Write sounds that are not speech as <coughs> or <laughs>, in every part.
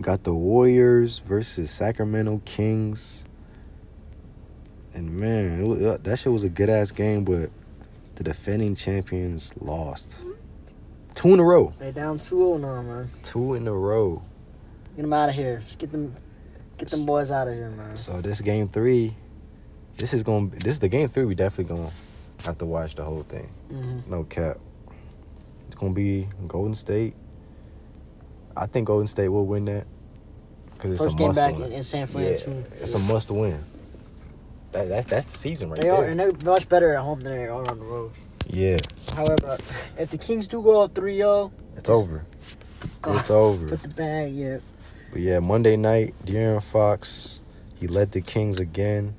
Got the Warriors versus Sacramento Kings. And man, it was, that shit was a good ass game, but the defending champions lost. Two in a row. They're down 2-0 now, man. Two in a row. Get them out of here. Just get them, get them boys out of here, man. So this game three, this is gonna this is the game three. We definitely gonna have to watch the whole thing. Mm-hmm. No cap. It's gonna be Golden State. I think Golden State will win that because it's First a game must back in, win. in San yeah, Francisco. it's a must win. That, that's that's the season right They are, there. and they're much better at home than they are on the road. yeah, However, if the Kings do go up 3-0, it's over. God, It's over. put the bag, yeah. But yeah, Monday night, De'Aaron Fox, he led the Kings again,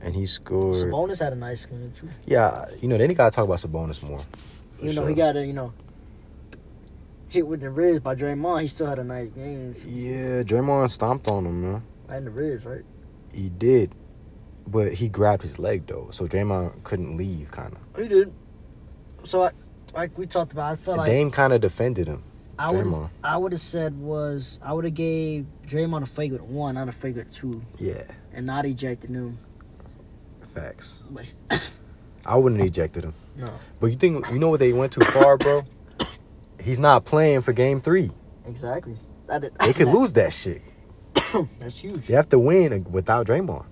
and he scored. Sabonis had a nice game, too. Yeah, you know they gotta talk about Sabonis more. for You know, sure. he got a, you know, hit with the ribs by Draymond. He still had a nice game. Yeah, Draymond stomped on him, man. Right in the ribs, right? He did, but he grabbed his leg though, so Draymond couldn't leave. Kind of. He did. So, I, like we talked about, I felt like Dame kind of defended him. I would Draymond. I would have said was I would have gave Draymond a flagrant one, not a flagrant two, Yeah, and not ejected him. facts. But I wouldn't have ejected him. no, But you think you know what they went too far, bro? <coughs> He's not playing for Game Three. exactly. That is, They could lose that shit. That's huge. They have to win without Draymond.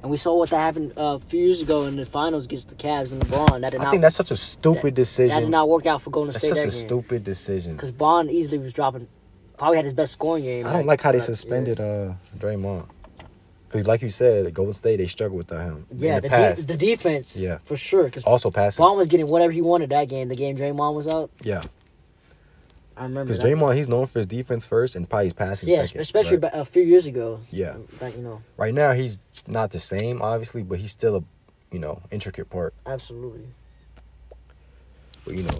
And we saw what that happened uh, a few years ago in the finals against the Cavs and LeBron. That did I not think that's such a stupid that decision. did not work out for Golden That's State. such That a game. stupid decision. Because Bond easily was dropping, probably had his best scoring game. I don't like how they but, yeah. suspended uh Draymond. Cause like you said, Golden State they struggle without him. in Yeah, the, the, de- past. the defense. Yeah. for sure. Because also passing. Bond was getting whatever he wanted that game. The game Draymond was out. Yeah, I remember. because that. Draymond he's known for his defense first and probably his passing Yeah, second. especially right? ba- a few years ago. Yeah. Like, you know, right now he's not the same, obviously, but he's still a you know intricate part. absolutely. But you know,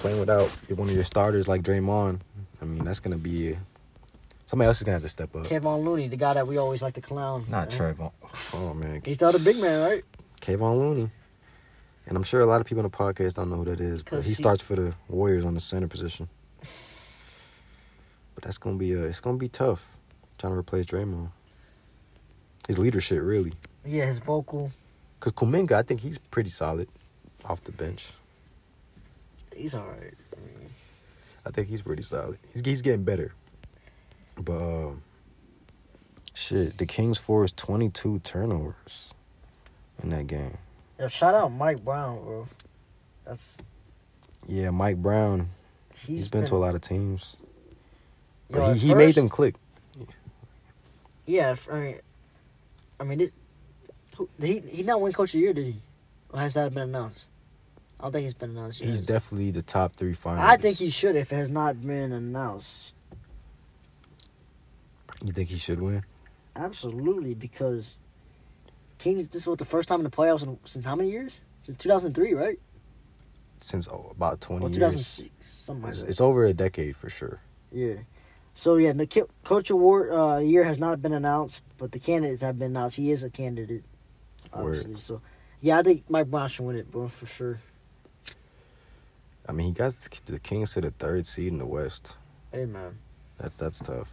playing without one of your starters like Draymond, I mean that's gonna be somebody else is gonna have to step up. Kevon Looney, the guy that we always like to clown. Not man. Trevon. Oh man, He's the other big man, right? Kayvon Looney. And I'm sure a lot of people in the podcast don't know who that is, but 'Cause he he- starts for the Warriors on the center position. But that's gonna be uh, it's gonna be tough trying to replace Draymond. His leadership really, Yeah, his vocal. because Kuminga, I think he's pretty solid off the bench. He's all right. I think he's pretty solid. He's he's getting better. But um, shit, the Kings forced 22 turnovers in that game. Yo, shout out Mike Brown, bro. That's Yeah, Mike Brown. he's been to a lot of teams, but Yo, at he, he made first- them click. Yeah, f- I mean, I mean, it, who, did he he not win Coach of the Year? Did he? Or has that been announced? I don't think it's been announced. Yet. He's definitely the top three finalists. I think he should if it has not been announced. You think he should win? Absolutely, because Kings. This was the first time in the playoffs in, since how many years? Since two thousand three, right? Since oh, about twenty Or two thousand years, six, something like it's, that. it's over a decade for sure. Yeah. So yeah, the Ki- coach award uh, year has not been announced, but the candidates have been announced. He is a candidate, Word. obviously. So, yeah, I think Mike Brown should win it, bro, for sure. I mean, he got the Kings to the third seed in the West. Hey man, That's that's tough.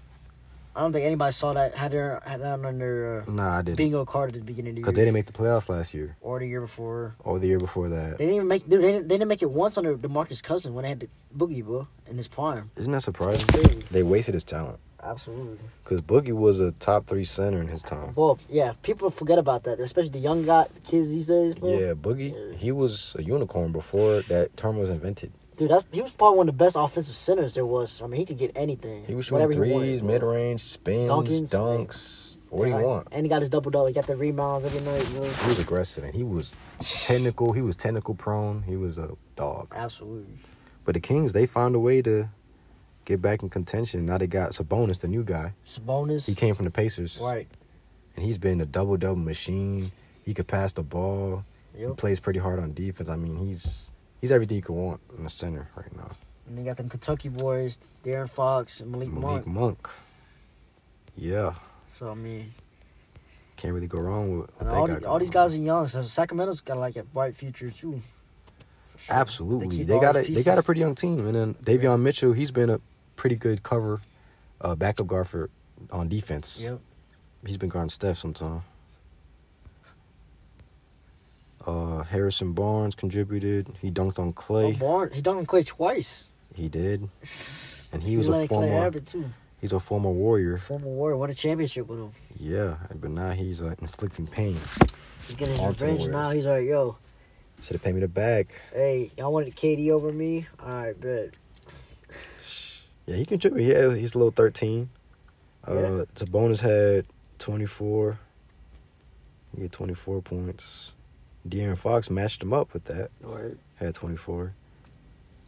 I don't think anybody saw that had their had that on their uh, Nah, I didn't bingo card at the beginning of the because year they didn't make the playoffs last year or the year before. or the year before that. They didn't even make they didn't, they didn't make it once under Demarcus Cousin when they had the Boogie bro in his prime. Isn't that surprising? Crazy. They wasted his talent Absolutely. because Boogie was a top three center in his time. Well, yeah, people forget about that, especially the young guy the kids these days. Bro. Yeah, Boogie, he was a unicorn before that term was invented. Dude, that's, he was probably one of the best offensive centers there was. I mean, he could get anything. He was shooting whatever he wanted, threes, bro. mid range, spins, Dunkins. dunks. What Yeah, do you want? And he got his double double. He got the rebounds every night. Bro. He was aggressive and he was technical. He was technical prone. He was a dog. Absolutely. But the Kings, they found a way to get back in contention. Now they got Sabonis, the new guy. Sabonis. He came from the Pacers. Right. And he's been a double double machine. He could pass the ball. He Yep. plays pretty hard on defense. I mean, he's he's everything you could want in the center right now. And they got them Kentucky boys, Darren Fox and Malik, Malik Monk. Monk. Yeah. So I mean, Can't really go wrong with what and they all, got the, going all these on. guys are young. So Sacramento's got like a bright future too. For sure. Absolutely, keep they all got a these they got a pieces. pretty young team, and then Davion Mitchell, he's been a pretty good cover uh, backup guard for on defense. Yep. He's been guarding Steph sometime. Uh, Harrison Barnes contributed. He dunked on Oh, Clay. Barnes. He dunked on Clay twice. he did, and he was a let Clay former. have it too. He's a former warrior. Former Warrior won a championship with him. Yeah, but now he's uh, inflicting pain. He's getting his All to the revenge Warriors. now. He's like, yo, Should have paid me the bag. hey, y'all wanted KD over me? All right, bet. Yeah, he contributed. Yeah, he's a little thirteen. Uh, Sabonis had twenty four. He had twenty four points. De'Aaron Fox matched him up with that. All right. had 24.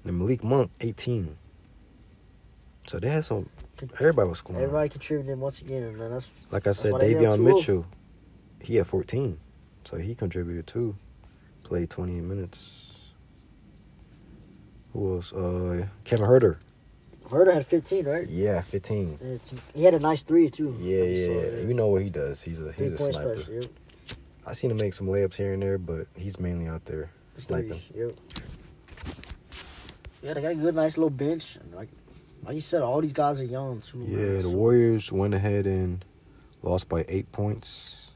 And Malik Monk, 18. So they had some. Everybody was scoring. Everybody contributed once again, man. That's like I said, why they down Davion 2-0. Mitchell, he had 14. So he contributed too. Played 28 minutes. Who else? Uh, Kevin Herter. Herder had 15, right? Yeah, 15. And it's- he had a nice three too. Yeah, I saw yeah. that. You know what he does. He's a uh, Three he's a point sniper. special. Yep. I seen him make some layups here and there, but he's mainly out there sniping. Threes, Yep. Yeah, they got a good, nice little bench. And like, like you said, all these guys are young too. man. Yeah, the So- Warriors went ahead and lost by eight points.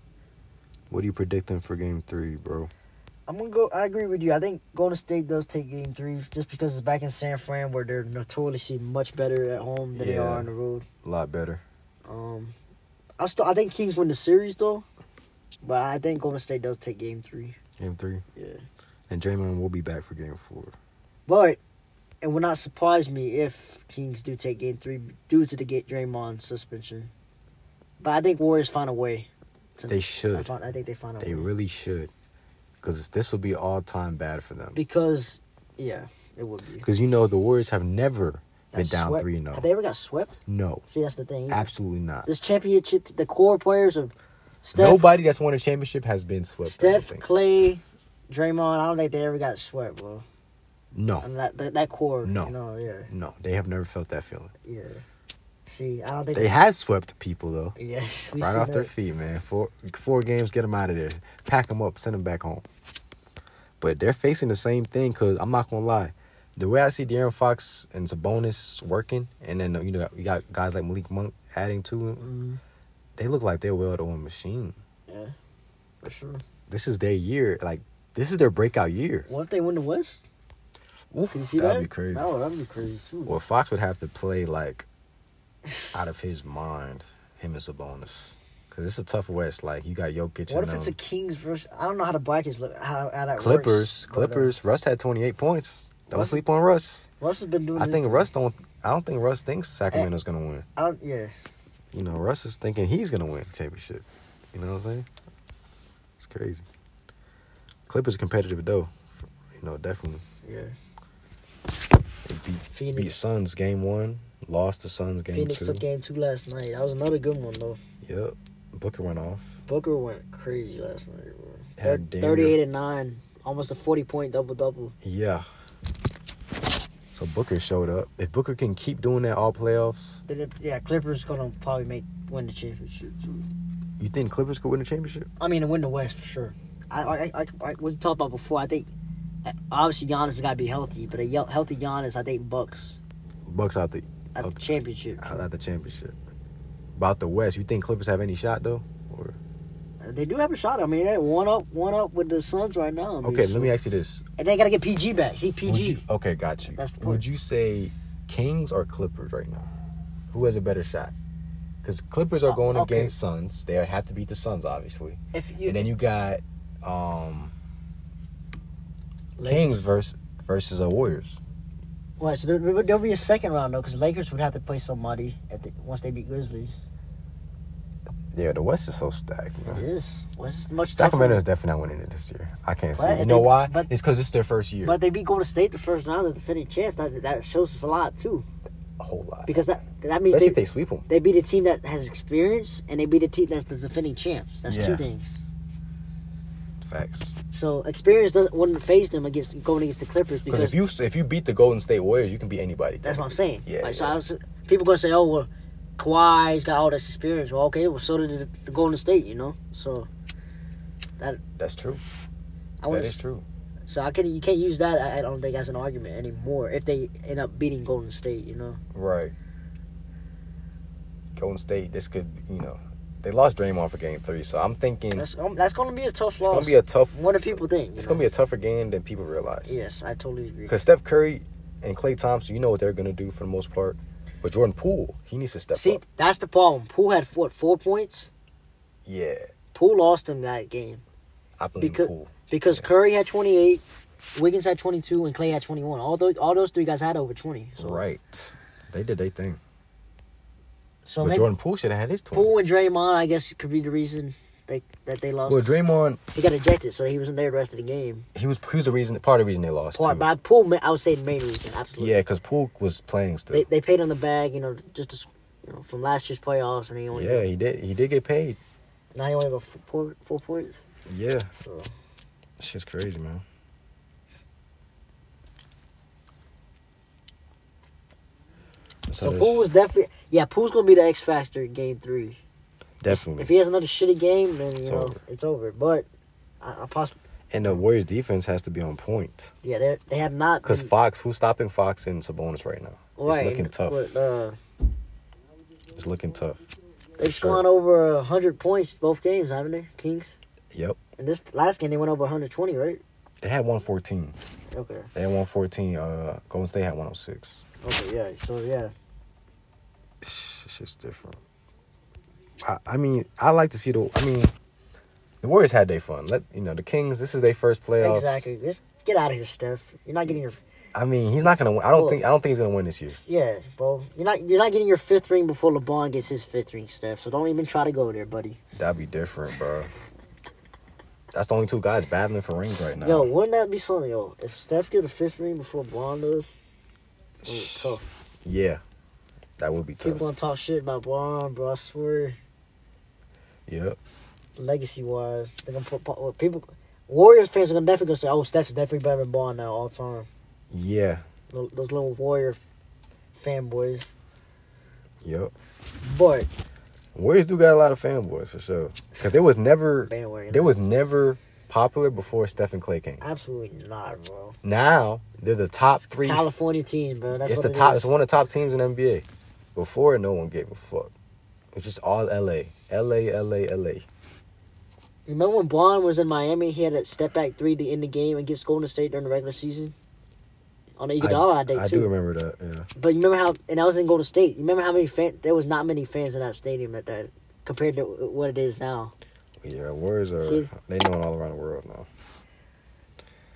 What are you predicting for game three, bro? I'm gonna go. I agree with you. I think Golden State does take Game Three just because it's back in San Fran, where they're notoriously much better at home than they Yeah. are on the road. A lot better. Um, I still, I think Kings win the series though, but I think Golden State does take Game Three. Game three. Yeah, And Draymond will be back for game four. but it would not surprise me if Kings do take Game Three due to the get Draymond suspension. But I think Warriors find a way. To, They I, should. find, I think they find a They way really should. Because this will be all time bad for them. because yeah, it would be. Because you know, the Warriors have never been Got down oh. swept. 3 0. Have they ever got swept? No, See, that's the thing. absolutely not. this championship, the core players of Steph, Nobody that's won a championship has been swept. I don't Steph, think. Clay, Draymond. I don't think they ever got swept, bro. No, And that that, that core, No. you know, yeah, no. They have never felt that feeling. yeah. See, I don't think They have swept people, though. Yes, we Right seen off their that. feet, man. Four four games, get them out of there. Pack them up, send them back home. But they're facing the same thing because I'm not gonna lie, the way I see De'Aaron Fox and Sabonis working, and then you know you got guys like Malik Monk adding to it, Mhm. they look like they're well-oiled machine. Yeah, for sure. This is their year, like this is their breakout year. What if they win the West? Oof, Can you see that'd that? be crazy. No, that'd be crazy too. Well, Fox would have to play like out of his mind, him and Sabonis, because it's a tough West. Like you got Jokic. what and um, if it's a them. Kings versus? I don't know how the brackets look. How, how that Clippers, works, but, uh, Clippers. Russ had 28 points. Don't Russ- sleep on Russ. Russ Eh. has been doing. I this- think Russ don't. I don't think Russ thinks Sacramento's gonna win. I don't, yeah, You know, Russ is thinking he's gonna win championship. You know what I'm saying? It's crazy. Clippers are competitive though. F- You know, definitely. yeah. They beat, Phoenix. beat Suns game one. Lost to Suns game Phoenix two. took game two last night. That was another good one though. Yep. Booker went off. Booker went crazy last night, bro. Thir- Had Damian- 38 and 9, almost a 40 point double double. Yeah. So Booker showed up. If Booker can keep doing that all playoffs, Yeah, Clippers gonna probably make win the championship too. you think Clippers could win the championship? I mean, to win the West for sure. I, I, I, I we talked about before. I think uh, obviously Giannis has got to be healthy, but a yo- healthy Giannis, I think Bucks Bucks out the at the Okay. championship. How's that the championship? About the West, you think Clippers have any shot though? Or They do have a shot. I mean, they one up, one up with the Suns right now. I mean, okay, so- let me ask you this: And they gotta get PG back. See Would PG. you- okay, got you. That's the Would point. you say Kings or Clippers right now? Who has a better shot? Because Clippers are Uh, going okay. against Suns. They have to beat the Suns, obviously. if you, And then you got um, Lakers. Kings versus versus the Warriors. Right, so there, there- there'll be a second round though, because Lakers would have to play somebody at the, once they beat Grizzlies. Yeah, the West is so stacked. Man. It is. Well, it's much Sacramento tougher. is definitely not winning it this year. I can't But see. if You know they- why? but- it's because it's their first year. But they beat Golden State the first round of the defending champs. That, that shows us a lot too, a whole lot. because that that means Especially they, if they sweep them. they beat a team that has experience and they beat a team that's the defending champs. That's Yeah. two things. Facts. So experience doesn't wouldn't phase them against going against the Clippers Because because if you if you beat the Golden State Warriors, you can beat anybody. that's what I'm saying. Yeah, Like, So yeah. I was, people gonna say, oh well, Kawhi's got all this experience. Well, okay, well so did the, the Golden State, you know. So That's true. I want that to is true. So I can you can't use that. I, I don't think as an argument anymore. If they end up beating Golden State, you know. Right. Golden State, this could, you know, they lost Draymond for Game Three, so I'm thinking That's um, that's gonna be a tough it's loss. gonna be a tough. more than people think. It's gonna be a tougher game than people realize. Yes, I totally agree. Because Steph Curry and Clay Thompson, you know what they're gonna do for the most part. But Jordan Poole, he needs to step See, up. that's the problem. Poole had what four points. Yeah, Poole lost him that game I believe because Poole. because Curry had twenty eight, Wiggins had twenty two, and Clay had twenty one. All those all those three guys had over twenty. So, Right, they did their thing. So but maybe Jordan Poole should have had his twenty. Poole and Draymond, I guess, could be the reason they that they lost. Well, Draymond, he got ejected, so he wasn't there the rest of the game. he was he was the reason, part of the reason they lost. Part, too. but I, Poole, ma- I would say the main reason, absolutely. Yeah, because Poole was playing still. They they paid on the bag, you know, just to, s- you know from last year's playoffs, and he only yeah, he did. He did get paid. now he only got four, four, four points. Yeah, So shit's crazy, man. That's so how this- Poole was definitely yeah. Poole's gonna be the X factor in Game Three. definitely. If he has another shitty game, then you It's know over. it's over. But I, I possibly and the Warriors defense has to be on point. yeah they they have not Because been- Fox, who's stopping Fox and Sabonis right now? right, It's looking tough. But, uh, It's looking tough. they've Sure. scored over hundred points both games, haven't they, Kings? Yep. And this last game they went over 120, right? They had 114. Okay, They had 114. Uh, Golden State had 106. okay, yeah. So yeah, Shit's different. I, I mean, I like to see the. I mean, the Warriors had their fun. Let you know the Kings. This is their first playoffs. exactly. Just get out of here, Steph. You're not getting your I mean, he's not gonna win. I don't Well- think. I don't think he's gonna win this year. yeah, bro. You're not you're not getting your fifth ring before LeBron gets his fifth ring, Steph. So don't even try to go there, buddy. That'd be different, bro. That's the only two guys battling for rings right now. Yo, wouldn't that be something, yo? If Steph get a fifth ring before LeBron does, it's gonna be tough. yeah, that would be People tough. gonna talk shit about LeBron, bro. I swear, Yep. legacy wise, they're gonna put put- well, people. Warriors fans are gonna definitely gonna say, "Oh, Steph's definitely better than LeBron now all time." Yeah. Tho- Those little Warrior f- fanboys, Yep. but Warriors do got a lot of fanboys for sure. Cause there was never, bandwagon. there was never popular before Stephen Clay came. absolutely not, bro. Now they're the top It's a three. California team, bro. That's it's what the it top. is. It's one of the top teams in the NBA. Before, no one gave a fuck. It's just all LA, LA, LA, LA. Remember when Bond was in Miami? He had that step back three to end the game against Golden State during the regular season. On the Iguodala day too. I do remember that. Yeah. But you remember how, and I was in Golden State. You remember how many fans? There was not many fans in that stadium at that compared to what it is now. Yeah, Warriors are See? they known all around the world now.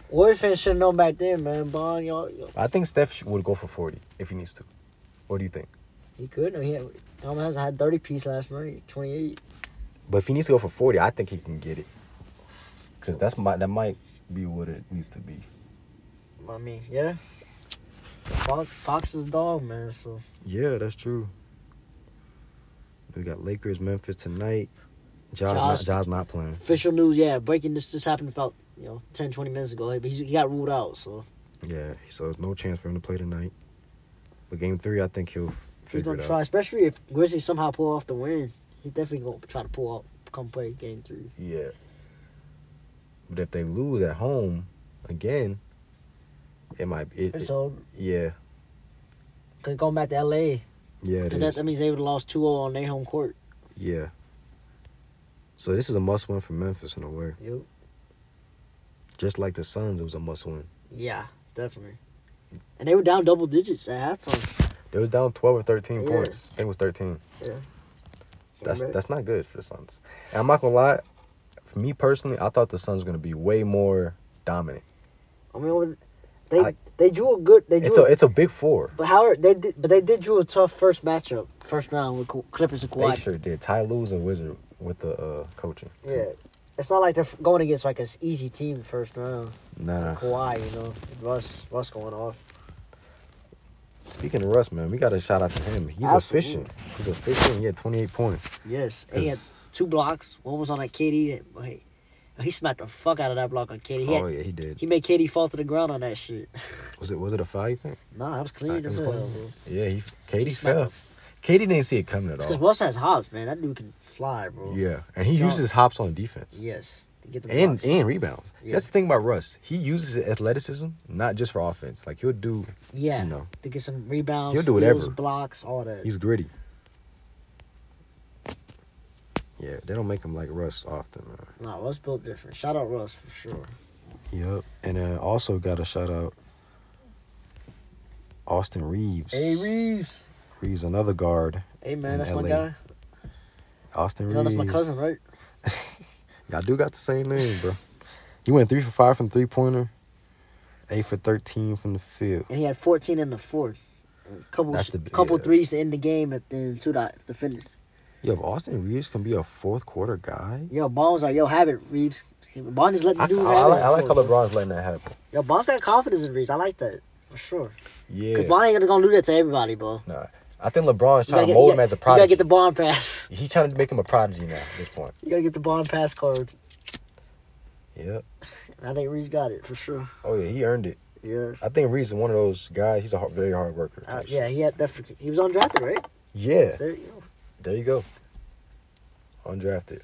Warriors fans should have known back then, man. Bond, y'all, y'all- I think Steph sh- would go for forty if he needs to. What do you think? he could. I mean, he had, he almost had thirty piece last night, twenty eight. But if he needs to go for forty, I think he can get it. Cause that's my that might be what it needs to be. I mean, yeah. Fox, Fox is a dog, man. So Yeah, that's true. We got Lakers, Memphis tonight. Josh, Josh- Not, Josh not playing. official news, yeah. Breaking this just happened about you know 10, 20 minutes ago. But he, he got ruled out, so Yeah, so there's no chance for him to play tonight. But game three, I think he'll f- he's figure gonna it try. out. Especially if Grizzlies somehow pull off the win, he definitely gonna try to pull up, come play game three. Yeah. But if they lose at home again, it might be. It, It's it, so yeah, cause going back to LA. yeah, it Because that, is. that means they would have lost 2 0 on their home court. Yeah. So this is a must win for Memphis in a way. Yep. Just like the Suns, it was a must win. Yeah, definitely. And they were down double digits at halftime. It was down twelve or thirteen Yeah. points. I think it was thirteen. Yeah. That's Remember? that's not good for the Suns. And I'm not gonna lie, for me personally, I thought the Suns were gonna be way more dominant. I mean, what- they I- they drew a good. They drew. It's a a- it's a big four. but however, they did, but they did drew a tough first matchup, first round with Ka- Clippers and They Kawhi. sure did. Ty Lue's a wizard with the uh, coaching. Yeah, it's not like they're f- going against like an easy team first round. Nah. Kawhi, you know, Russ, Russ going off. Speaking of Russ, man, we got to shout out to him. He's Absolutely. efficient. He's efficient. He had 28 points. Yes, and he had It's- two blocks. One was on that KD. that- but Hey, he smacked the fuck out of that block on KD. He, had- oh yeah, he did. he made KD fall to the ground on that shit. <laughs> was it was it a foul? You think? nah, that was Nah, clean it as was hell. clean. bro. Yeah, he. Katie smacked fell. him. Katie didn't see it coming at It's because all. Russ has hops, man. That dude can fly, bro. Yeah, and he Y'all- uses his hops on defense. Yes. To get the And blocks. and rebounds. See, Yeah. That's the thing about Russ. He uses his athleticism not just for offense. Like he'll do. yeah, you know. to get some rebounds, He'll do steals, whatever. blocks, all that. He's gritty. Yeah, they don't make them like Russ often, man. Nah, Russ built different. Shout out Russ for sure. Yep. And uh, also got to shout out Austin Reeves. Hey Reeves. Reeves, another guard. Hey man, In that's LA. my guy. Austin You Reeves. know that's my cousin, right? Y'all do got the same name, bro. He went three for five from three pointer, eight for 13 from the field. And he had 14 in the fourth. A couple, That's the- couple yeah. threes to end the game, and then two to, to finish. Yo, if Austin Reeves can be a fourth quarter guy. Yo, Bonds like, yo, have it, Reeves. Bond is letting the I, dude I, have I like, it. I like how bro. LeBron's letting that happen. Yo, Bonds got confidence in Reeves. I like that for sure. Cause Yeah. Bond ain't gonna- gonna do that to everybody, bro. Nah, I think LeBron's You gotta trying to get- mold you him as a gotta- You gotta prodigy. get the Bond pass. <laughs> He's trying to make him a prodigy now at this point. You gotta get the Bond pass card. Yep. And I think Reeves got it for sure. Oh yeah, he earned it. Yeah. I think Reeves is one of those guys. He's a hard, very hard worker. Uh, type yeah, shit. he had definitely. He was undrafted, right? Yeah. There you go. There you go. Undrafted.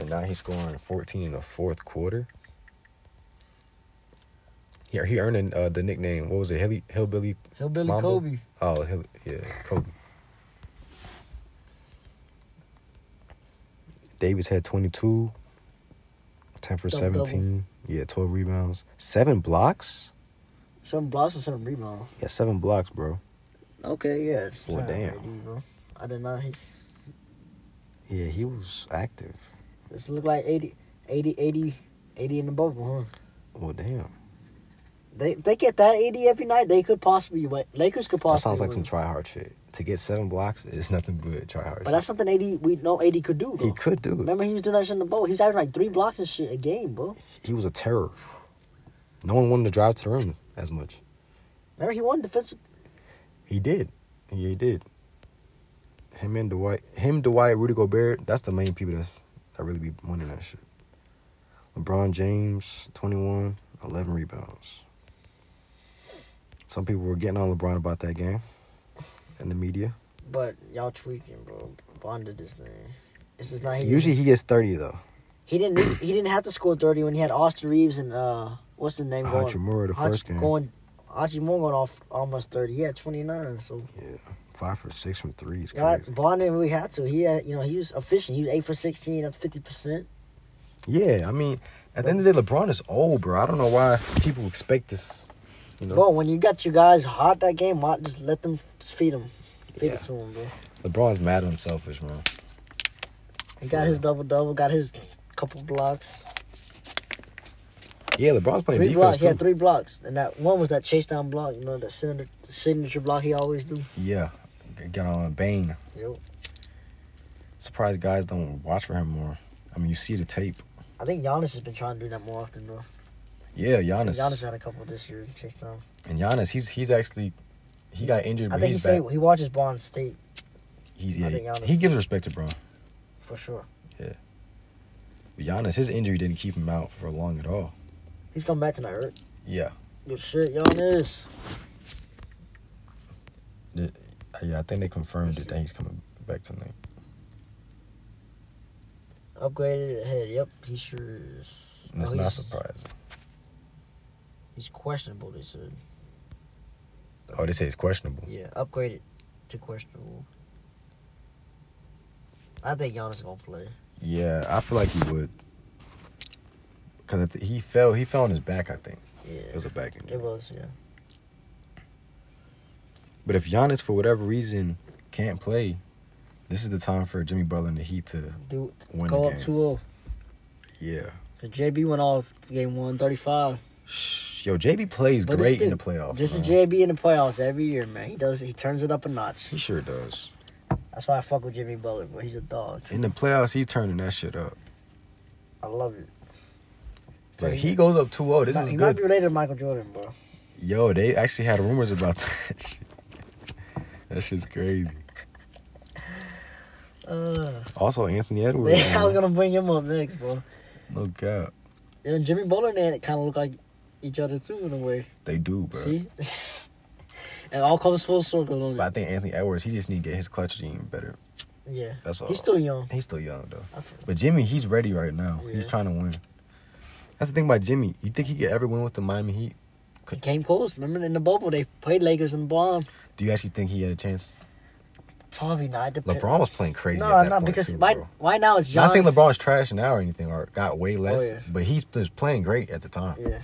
And now he's scoring 14 in the fourth quarter. Yeah, he earned uh, the nickname. What was it? Hilly, Hillbilly. Hillbilly Mamba? Kobe. Oh, Hill, yeah, Kobe. Davis had 22, 10 for Double-double. 17. Yeah, 12 rebounds. Seven blocks? Some blocks and some rebounds. Yeah, seven blocks, bro. Okay, yeah. Well, Shout out damn. AD, bro. I did not. He's. Yeah, he was active. This look like 80, 80, 80, 80 in the bubble, huh? Well, damn. They if they get that 80 every night. They could possibly win. Lakers could That possibly. sounds like some win. try hard shit. To get seven blocks is nothing but try hard. But that's something 80 we know 80 could do. Though. he could do it. Remember he was doing that shit in the bowl. He was averaging like three blocks and shit a game, bro. He was a terror. No one wanted to drive to the rim as much. Remember he won defensive. He did. Yeah, he did. Him and Dwight, him, Dwight, Rudy Gobert. That's the main people that's that really be winning that shit. LeBron James, 21, 11 rebounds. Some people were getting on LeBron about that game in the media. But y'all tweaking, bro. Bonded this thing. This is not. He Usually he gets 30 though. he didn't need, he didn't have to score 30 when he had Austin Reeves and uh what's the name going. Hachimura the Hachi- first game. Going, Hachimura going off almost 30. He had 29. So Yeah, five for six from three is you know, crazy. Bond didn't really have to. He had you know he was efficient. He was eight for 16. That's 50 percent. Yeah, I mean, at the end of the day, LeBron is old, bro. I don't know why people expect this. You know, Bro, when you got your guys hot that game, why just let them just feed them, feed Yeah. it to him, bro. LeBron's mad unselfish, man. He got his double double, got his couple blocks, Yeah, LeBron's playing three blocks. defense He had too. three blocks, and that one was that chase down block. You know that signature, signature block he always do. Yeah, G- got on Bane. Yo, Surprised guys don't watch for him more. I mean, you see the tape. I think Giannis has been trying to do that more often, bro. Yeah, And Giannis. Giannis had a couple this year chase down. And Giannis, he's he's actually he got injured, I but think he he's say back. he watches Bond State He's, I think yeah, Giannis- he gives respect to Bron. for sure. But Giannis, his injury didn't keep him out for long at all. He's coming back tonight, right? Yeah, Good shit, Giannis. yeah, I think they confirmed it that he's coming back tonight. Upgraded ahead. Yep, he sure is. And it's Oh, not he's- surprising. He's questionable. They said. Oh, they say it's questionable. Yeah, upgraded to questionable. I think Giannis is gonna play. Yeah, I feel like he would. Cause th- he fell, he fell on his back. I think Yeah, it was a back injury. It was, yeah. But if Giannis, for whatever reason, can't play, this is the time for Jimmy Butler and the Heat to Dude, win go the up oh, game. 2 0. yeah. Because JB went off game one thirty-five. Shh. Yo, JB plays But great this in the thing- playoffs. This is man. JB in the playoffs every year, man. He does. He turns it up a notch. He sure does. That's why I fuck with Jimmy Butler, but he's a dog. In the playoffs, he's turning that shit up. I love it. But he goes up 2-0. oh, This might- is he might be good. related to Michael Jordan, bro. Yo, they actually had rumors about <laughs> that shit. That shit's crazy. Uh, Also, Anthony Edwards. <laughs> I was man. gonna bring him up next, bro. No cap. And Jimmy Butler and it kind of look like each other too in a way. They do, bro. See, <laughs> it all comes full circle. Don't it? But I think Anthony Edwards, he just need to get his clutch game better. Yeah. That's all. He's still young. He's still young though. I feel- But Jimmy, he's ready right now. He's Yeah. trying to win. That's the thing about Jimmy. You think he could ever win with the Miami Heat? He came close. Remember in the bubble, they played Lakers and Bond. Do you actually think he had a chance? Probably not. Dep- LeBron was playing crazy. No, at that not point because too, why, bro. why now it's Not Giannis. saying LeBron's trash now or anything, or got way less, Oh, yeah. but he's was playing great at the time, Yeah,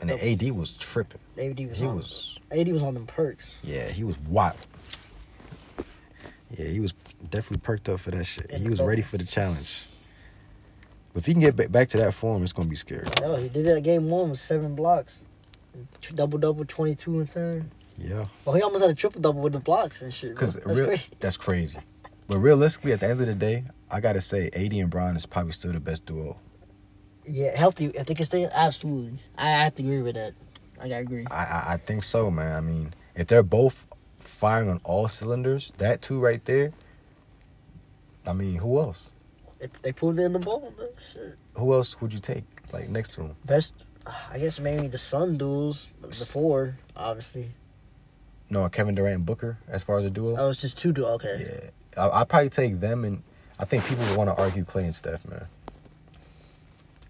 and the AD was tripping. AD was He on. was, AD was on them perks. yeah, he was wild. Yeah, he was definitely perked up for that shit. And He was cold. ready for the challenge. But if he can get ba- back to that form, it's gonna be scary. Yo, he did that game one with seven blocks, double double, twenty two and ten. Yeah, Well, he almost had a triple double with the blocks and shit. bro. because That's <laughs> crazy. that's crazy. But realistically, at the end of the day, I gotta say, AD and Bron is probably still the best duo. Yeah, healthy. If they can stay, absolutely. I, I have to agree with that. I gotta agree. I, I I think so, man. I mean, if they're both firing on all cylinders, that two right there. I mean, who else? If they pulled it in the ball, bro, shit. Who else would you take like next to him? Best, I guess maybe the Sun duels the four, obviously. No, Kevin Durant and Booker as far as a duo. Oh, it's just two duels. Okay. Yeah, I I probably take them, and I think people would want to argue Clay and Steph, man.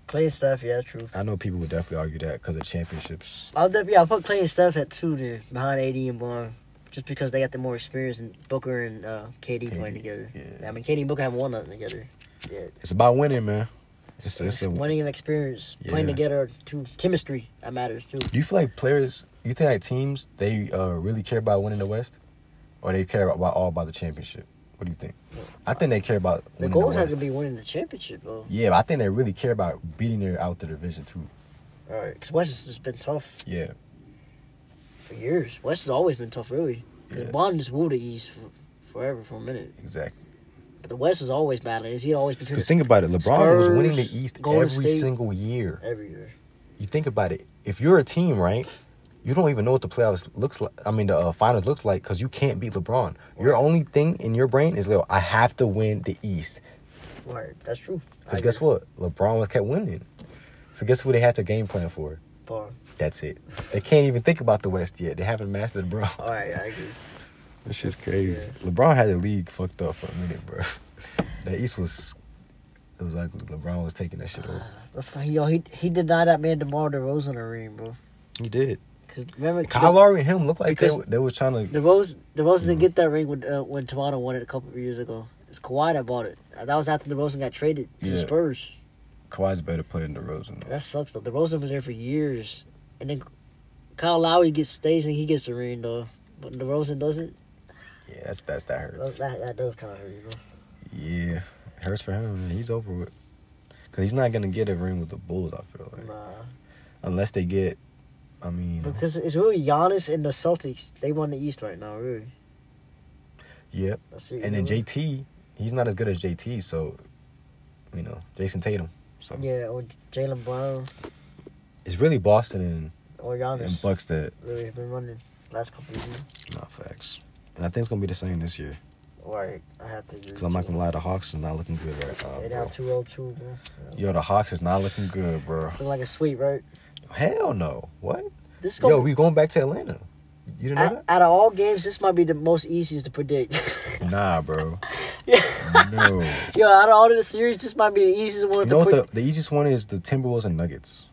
Clay and Steph, yeah, true. I know people would definitely argue that because of championships. I'll def- yeah, I'll put Clay and Steph at two there, behind AD and Bron, just because they got the more experience and Booker and uh, KD, playing KD, together. yeah. I mean, KD and Booker haven't won nothing together. Yeah, It's about winning, man. It's, it's it's a, winning and experience, playing Yeah. together too. Chemistry that matters too. Do you feel like players? You think like teams they uh, really care about winning the West, or they care about all about the championship? What do you think? I think they care about The winning goal the has West. to be winning the championship though. Yeah, but I think they really care about beating their out the division too. All right, because West has just been tough Yeah, for years. West has always been tough, really. Because Yeah. Bond just ruled the East for, forever for a minute, exactly. but the West was always battling. He always between Because think about it, LeBron was winning the Spurs, East Golden every State. single year. every year. You think about it. If you're a team, right, you don't even know what the playoffs looks like. I mean, the uh, finals looks like because you can't beat LeBron. Your only thing in your brain is, "Yo, I have to win the East." Right, that's true. Because guess what? LeBron was kept winning. So guess what? They had to game plan for. Bond. That's it. They can't even think about the West yet. They haven't mastered <laughs> All LeBron. right, I agree. This shit's crazy. Yeah. LeBron had the league fucked up for a minute, bro. That East was, it was ugly. LeBron was taking that shit over. That's fine. Yo, he he denied that man DeMar DeRozan a ring, bro. He did. Cause remember, Kyle Lowry Mm-hmm. and him looked like they, Because- were- they were trying to. DeRozan, DeRozan didn't get that ring when uh, when Toronto won it a couple of years ago. It's Kawhi that bought it. Uh, That was after DeRozan got traded to the Yeah. Spurs. Kawhi's a better player than DeRozan. That sucks though. DeRozan was there for years, and then Kyle Lowry gets stays and he gets the ring though. But DeRozan doesn't. Yeah, that's that's that hurts. That, that, that does kind of hurt, you know. Yeah, it hurts for him. Man. He's over with. Cause he's not gonna get a ring with the Bulls. I feel like Nah, unless they get, I mean, because it's really Giannis and the Celtics. They won the East right now, really. yep. That's it. And then you know? JT, he's not as good as JT. So, you know, Jason Tatum. So Yeah, or Jalen Brown it's really Boston or and, Giannis. and Bucks that. really have been running last couple of years. Not facts. And I think it's gonna be the same this year. Right, I have to agree. Cause I'm not gonna lie, the Hawks is not looking good right now. bro. They down 202, bro. Yo, the Hawks is not looking good, bro. Look like a sweep, right? Hell no. What? This is Yo, going we going back to Atlanta. You didn't know that? out, out of all games, this might be the most easiest to predict. <laughs> Nah, bro. Yeah. No. You Yo, out of all of the series, this might be the easiest know one to what? The, predict. the easiest one is the Timberwolves and Nuggets.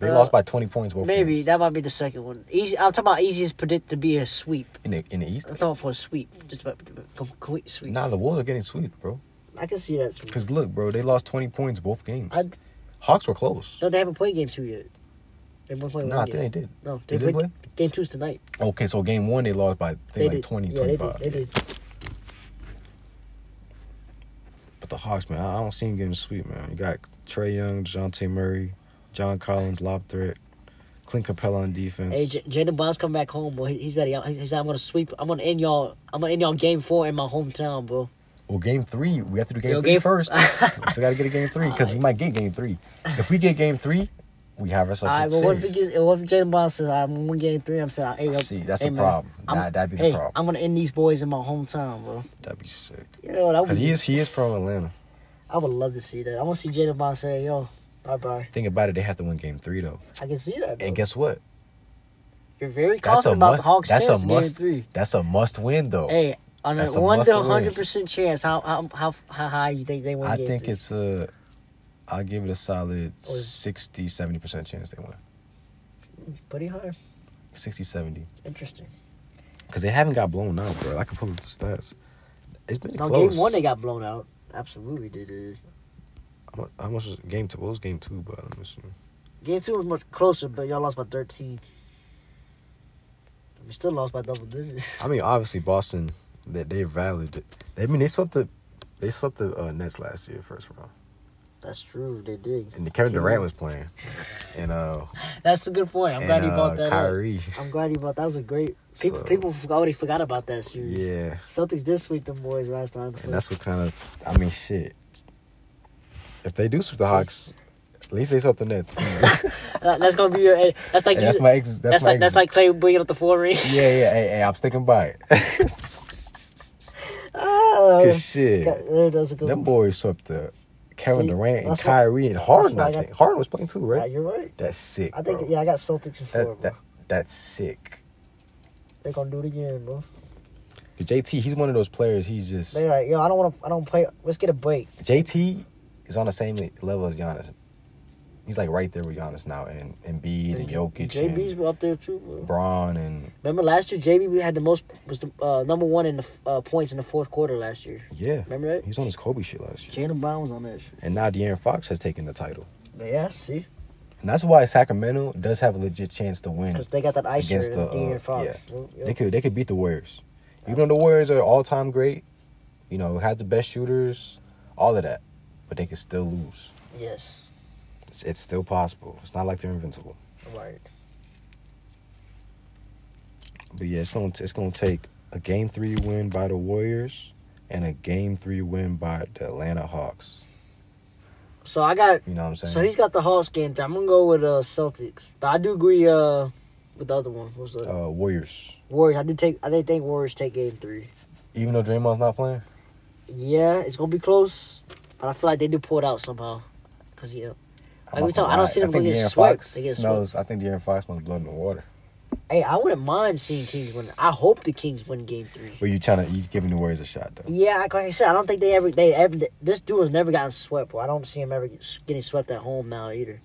They Uh, lost by 20 points both Maybe games. that might be the second one. Easy. I'm talking about easiest predict to be a sweep. in the, in the East. I'm talking for a sweep, just about complete sweep. Nah, the Wolves are getting sweet, bro. I can see that. Sweep. Because look, bro, they lost 20 points both games. I- Hawks were close. No, they haven't played game two yet. They haven't played Nah, I one think yet. they did. No, They they, did played game two's tonight. Okay, so game one, they lost by I think They like did. 20, yeah, 25. they did. They did. But the Hawks, man, I I don't see them getting sweet, man. You got Trey Young, DeJounte Murray, John Collins, Lob Threat, Clint Capella on defense. Hey, J- Jaden Brown's coming back home, bro. He, he's got. He he said, "I'm gonna sweep. I'm gonna end y'all. I'm gonna end y'all game four in my hometown, bro." Well, game three, we have to do game Yo, three game- <laughs> first. so we gotta get a game three because we might get game three. If we get game three, we have All ourselves. right, a but what if series. it gets? What if Jaden Brown says, "I'm one game three? I'm saying, "Hey, yo, See, that's hey, the man, problem. I'm- Nah, that'd be the hey, problem. I'm gonna end these boys in my hometown, bro. That'd be sick. You know that would. Cause Be, he is he is from Atlanta. I would love to see that. I want to see Jaden Brown say, "Yo, bye bye." Think about it, they have to win game three though. I can see that. Bro. And guess what? You're very That's a confident about must. the Hawks' that's a chance to get in must. three. That's a must win though. Hey, on That's a a one must to to win. 100 percent chance, how how how how high you think they win? I game think three? it's uh, I'll give it a solid Or is- 60, 70 percent chance they win. pretty high. 60, 70. Interesting. because they haven't got blown out, bro. I can pull up the stats. It's been No, close. game one they got blown out. Absolutely did. it. How mu- How much was game two? What was game two? But um, I'm missing. Game two was much closer, but y'all lost by thirteen. We still lost by double digits. I mean, obviously Boston, that they, are valid. I mean, they swept the, they swept the uh, Nets last year first round, That's true. They did. and the Kevin Yeah. Durant was playing, and uh, That's a good point. I'm and, glad he uh, brought that up. Kyrie. I'm glad he brought. That was a great. People, So- people already forgot about that series. Yeah, Celtics did sweep them boys last time. and that's what kind of. I mean, shit. If they do sweep the Hawks, at least they swept the <laughs> Nets. <laughs> hey, That- that's gonna be your. eh, That's like that's you- my ex. That's, that's, my like that's exit. like Clay bringing up the four ring. Yeah, <laughs> yeah. Hey, hey, I'm sticking by it. Oh, Cause <laughs> shit, that- there, that's a good. them boys swept the Kevin See, Durant and that's why- Kyrie and that's Harden. why I I got- think Harden was playing too, Yeah, right? Ah, you're right. That's sick. I think bro. yeah, I got Celtics in four, That, bro. that that's sick. They gonna do it again, bro. 'Cause JT, he's one of those players. He's just They like, yo, I don't want to. I don't play. Let's get a break. JT is on the same level as Giannis. He's like right there with Giannis now, and and Embiid and Jokic JB's and were up there too, bro. Braun and Remember last year, JB we had the most was the uh, number one in the uh, points in the fourth quarter last year. yeah. Remember that? He was on his Kobe shit last year, Jalen Brown was on that shit. and now De'Aaron Fox has taken the title, Yeah, see, and that's why Sacramento does have a legit chance to win. because they got that ice Against and the, uh, De'Aaron Fox. yeah. Yo, yo. They could they could beat the Warriors. Even though the Warriors are all time great, you know, had the best shooters, all of that. But they could still lose. Yes, It's, it's still possible. It's not like they're invincible. right. But yeah, it's gonna it's gonna take a game three win by the Warriors and a game three win by the Atlanta Hawks. So I got You know what I'm saying? So he's got the Hawks game. three. I'm gonna go with uh Celtics, but I do agree uh with the other one. What's the uh, Warriors. Warriors? I do take. I did think Warriors take game three. Even though Draymond's not playing, Yeah, it's gonna be close, but I feel like they do pull it out somehow. Cause yeah, Like not we gonna talk- I don't lie. see them think getting De'Aaron swept. Fox They get smells- I think De'Aaron Fox smells blood in the water. hey, I wouldn't mind seeing Kings win. I hope the Kings win game three. But you trying to you giving the Warriors a shot though. Yeah, like I said, I don't think they ever. They ever. This dude has never gotten swept. Well, I don't see him ever get, getting swept at home now either.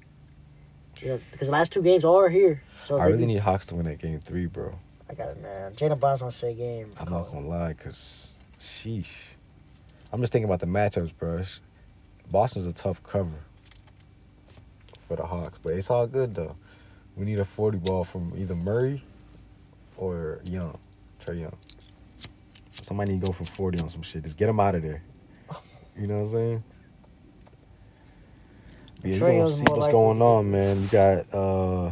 You know, because the last two games are here. So if I they really do- need Hawks to win that game three, bro. I got it, man. Jalen Brown's gonna say game. I'm not gonna lie, cause sheesh. I'm just thinking about the matchups, bro. Sh- Boston's a tough cover for the Hawks, but it's all good though. We need a 40 ball from either Murray or Young, Trey Young. Somebody need to go for 40 on some shit. Just get him out of there. You know what I'm saying? Yeah, we're Trae gonna Young's see more what's likely going to- on, man. You got uh,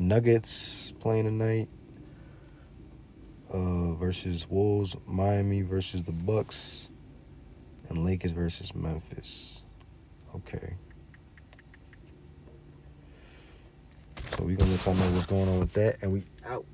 Nuggets playing tonight uh, versus Wolves, Miami versus the Bucks, and Lakers versus Memphis. Okay. So we're gonna let y'all know what's going on with that, and we Out.